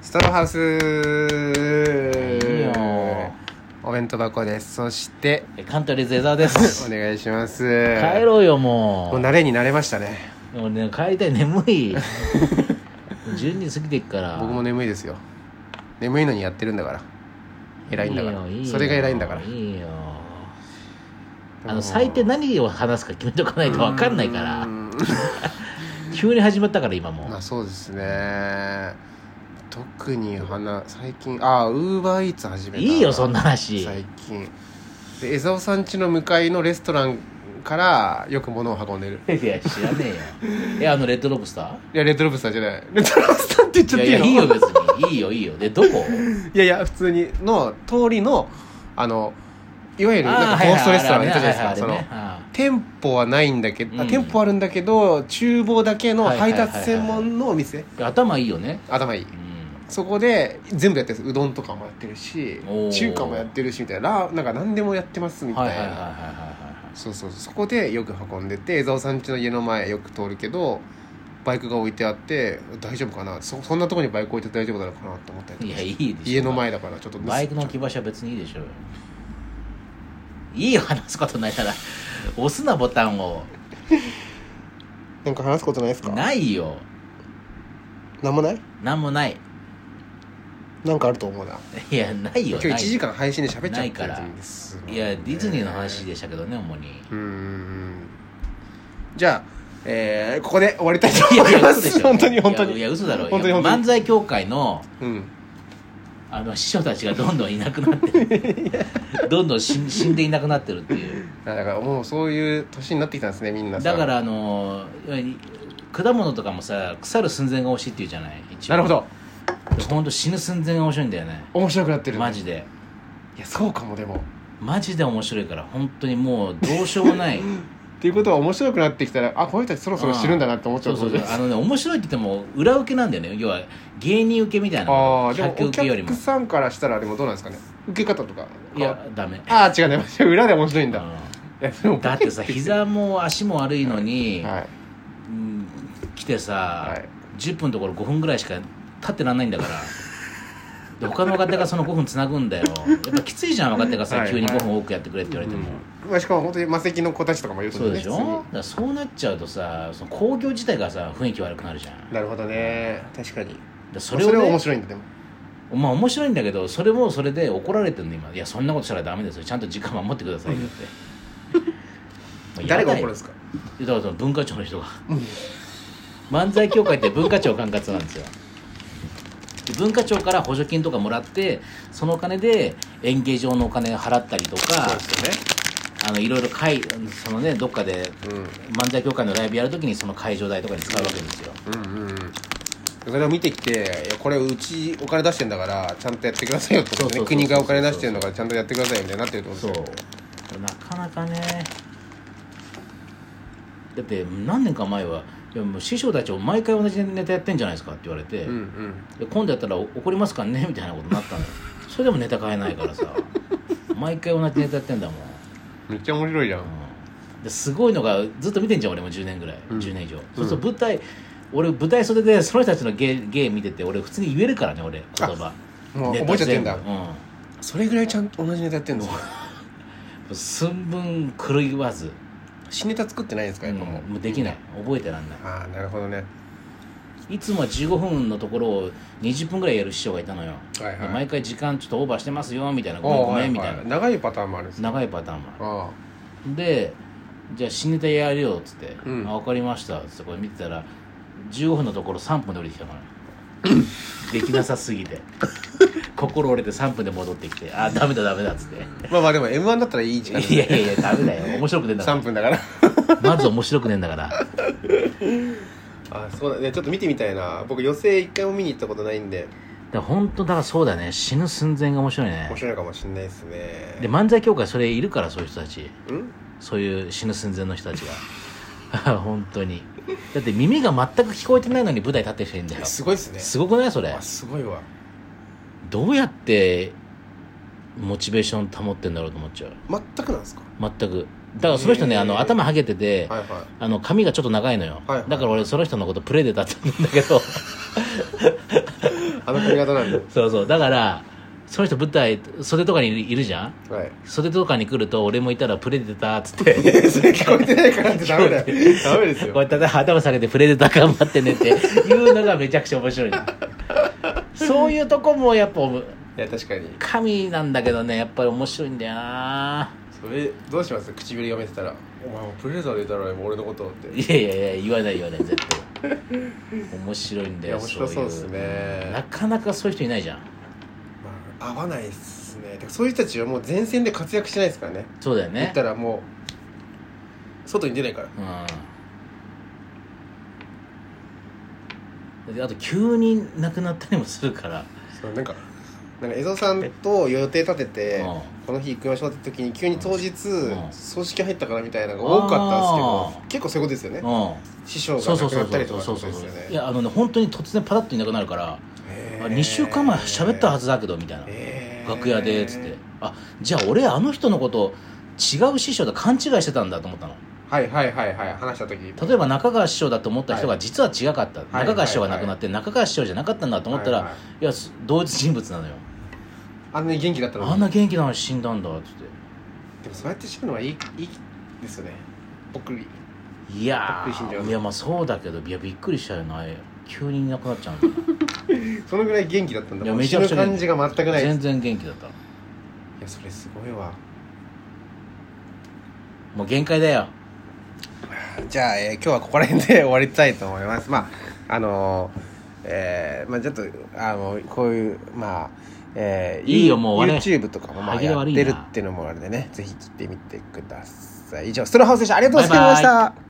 ストローハウスいいよお弁当箱ですそしてえカントリーゼザーですお願いします帰ろうよももう慣れに慣れましたねうもうね帰りたい眠い12過ぎてっから僕も眠いですよ眠いのにやってるんだから偉いんだからよよそれが偉いんだからいいよあの最低何を話すか決めとかないと分かんないからうーん急に始まったから今もう、まあそうですね特に花最近ああウーバーイーツ始めたいいよそんな話最近で江沢さん家の向かいのレストランからよく物を運んでるいや知らねえよえあのレッドロブスタいやレッドロブスターじゃないレッドロブスターって言っちーゃっいてやいいいやのいいよ別にいいよいいよでどこいやいや普通にの通りのあのいわゆるなんかゴーストレストラン行ったじゃないですかその店舗はないんだけど、あうん店舗あるんだけど厨房だけのはいはい配はいはい達専門のお店、そ頭いいよね頭いいそこで全部やってるんですうどんとかもやってるしおー中華もやってるしみたいなラーなんか何でもやってますみたはいいな、はいはいはいはいそうそうそうそこでよく運んでて江沢さん家の家の前よく通るけどバイクが置いてあって大丈夫かなそそんなとこにバイク置いて大丈夫なのかなと思ったりいやいいでしょ家の前だからちょっと盗バイクの置き場所は別にいいでしょうよいいよ話すことないなら押すなボタンをなんか話すことないですかないよなんもないなんもないなんかあると思うないやないよ今日1ない時間配信で喋っちゃなっいてからるんですよねいやディズニーの話でしたけどね主にうーんじゃあえー、ここで 終わりたいと思いま嘘ですしょ本当に本当いやいにや嘘だろ本当にいや本当に漫才協会のうんあの師匠たちがどんどんいなくなってる どんどん死ん死んでいなくなってるっていうだからもうそういう年になってきたんですねみんなさだからあのー果物とかもさ腐る寸前が惜しいっていうじゃない一応なるほどほんと死ぬ寸前が面白いんだよね面白くなってるマジでいやそうかもでもマジで面白いから本当にもうどうしようも ないっていうことは面白くなってきたらあこの人たちそろそろ死ぬんだなって思っちゃそううそうでそうあのね面白いって言っても裏受けなんだよね要は芸人受けみたいなああでも客お受けよりも客さんからしたらでもどうなんですかね受け方とかいやダメああ違うね 裏で面白いんだういやでもんだっ てさ膝も足も悪いのに、はいうん来てさ、はい10分のところ5分ぐらいしか立ってらんないんだからで他の若手がその5分つなぐんだよやっぱきついじゃん若手がはさい急にはい5分多くやってくれって言われても、まあしかも本当に魔石の子たちとかもいるとそうでしょ普通にだからそうなっちゃうとさその興行自体がさ雰囲気悪くなるじゃんだかなるほどね確かにらそそれれ,、を、ねは面白いんだでもまあ面白いんだけどそれもそれで怒られてるの今いやそんなことしたらダメですよちゃんと時間守ってくださいよってもうやだ誰よが怒るんですかだからその文化庁の人が漫才協会って文化庁管轄なんですよで文化庁から補助金とかもらってそのお金で演芸場のお金払ったりとかあのいろいろ会そのねどっかですよね漫才協会のライブやるときにその会場代とかに使うわけですようんうんうんそれを見てきていやこれうちお金出してんだからちゃんとやってくださいよってことそうそうそうそねう国がお金出してるんだからちゃんとやってくださいよみたいになってるってことそ思うんですようなかなかねだって何年か前はいやもう師匠たちを毎回同じネタやってんじゃないですかって言われて、うんうんで今度やったらお怒りますからねみたいなことになった のよそれでもネタ変えないからさ毎回同じネタやってんだもん、めっちゃ面白いじゃんうんですごいのがずっと見てんじゃん俺も10年ぐらい、うん10年以上そうすると舞台、俺舞台袖でその人たちの芸芸見てて俺普通に言えるからね俺言葉もうネタ覚えちゃってん全部だそれぐらいちゃんと同じネタやってんのうん寸分狂わず、新ネタ作ってないんですかうやっんぱもう、もうできない覚えてらんなああなるほどねいいつもは15分のところを20分ぐらいやる師匠がいたのよ、はいはいで毎回時間ちょっとオーバーしてますよみたいなごめんおごーはめいんみたいはない長いパターンもあるんですね長いパターンもあるあでじゃあ新ネタやるよっつって「うんあ分かりました」っつってこれ見てたら15分のところ3分で降りてきた からできなさすぎて心折れて3分で戻ってきて「あダメだダメだ」っつってあまあまあでも m 1だったら いい時間「いやいやいやダメだよ面白くねえんだか3分だから らまず面白くねえんだからあそうだねちょっと見てみたいな僕寄席一回も見に行ったことないんでだ本当だからそうだね死ぬ寸前が面白いね面白いかもしんないですねで漫才協会それいるからそういう人たちうんそういう死ぬ寸前の人たちが 本当にだって耳が全く聞こえてないのに舞台立ってる人いるんだよすごいっすねすごくないそれあすごいわどうやってモチベーション保ってんだろうと思っちゃう全くなんですか全くだからその人ね、へーあの頭はげてて、はいはいあの髪がちょっと長いのよ、はいはいだから俺その人のことプレデターって言うんだけどあの髪型なんだ そうそうだからその人舞台袖とかにいるじゃんはい袖とかに来ると俺もいたらプレデターっつって それ聞 こえてないからってダメだよ ダメですこうよやって頭下げてプレデター頑張ってねって言うのがめちゃくちゃ面白いそういうとこもやっぱいや確かに神なんだけどねやっぱり面白いんだよなそれどうします唇読めてたら「お前もプレザーでいたら俺のこと」っていやいやいや言わない言わない絶対面白いんだよいや面白そうっすねいうんなかなかそういう人いないじゃんまあ合わないっすねてかそういう人たちはもう前線で活躍してないですからねそうだよ言ねったらもう外に出ないからうんであと急に亡くなったりもするから、そうなんかなんか江蔵さんと予定立ててうんこの日行きましょうって時に急に当日ん葬式入ったからみたいなのが多かったんですけど結構そういうことですよねう師匠ん、そがうそ亡うくそなうったそうりとそかうってこそうとですよいねやあのね本当に突然パラッといなくなるから、へーあ2週間前喋ったはずだけどみたいな、へー楽屋でっつってあじゃあ俺あの人のこと違う師匠だ勘違いしてたんだと思ったのはいはいはいはい話した時例えば中川師匠だと思った人はがい実は違かった、はい中川師匠が亡くなって中川師匠じゃなかったんだと思ったら、はいいはいやす同一人物なのよ、あんなに元気だったのにあんな元気なのに死んだんだっつっでもそうやって死ぬのはいいいいですよね僕ていやびっくり死んじゃうーのいやまあそうだけどいやびっくりしちゃうよな急にいなくなっちゃうんだそのぐらい元気だったんだいやもうめち死ゃぬくちゃ元気感じが全くないです全然元気だったいやそれすごいわもう限界だよじゃあ、えー今日はここら辺で終わりたいと思います。まあ、あのー、えーまあちょっと、あの、こういう、まあ、えーいいよもう終われ YouTube とかもま歯あ切れやっ悪いなてるっていうのもあるんでね、ぜひ聞いてみてください。以上、ストローハウスでした。ありがとうございました。バイ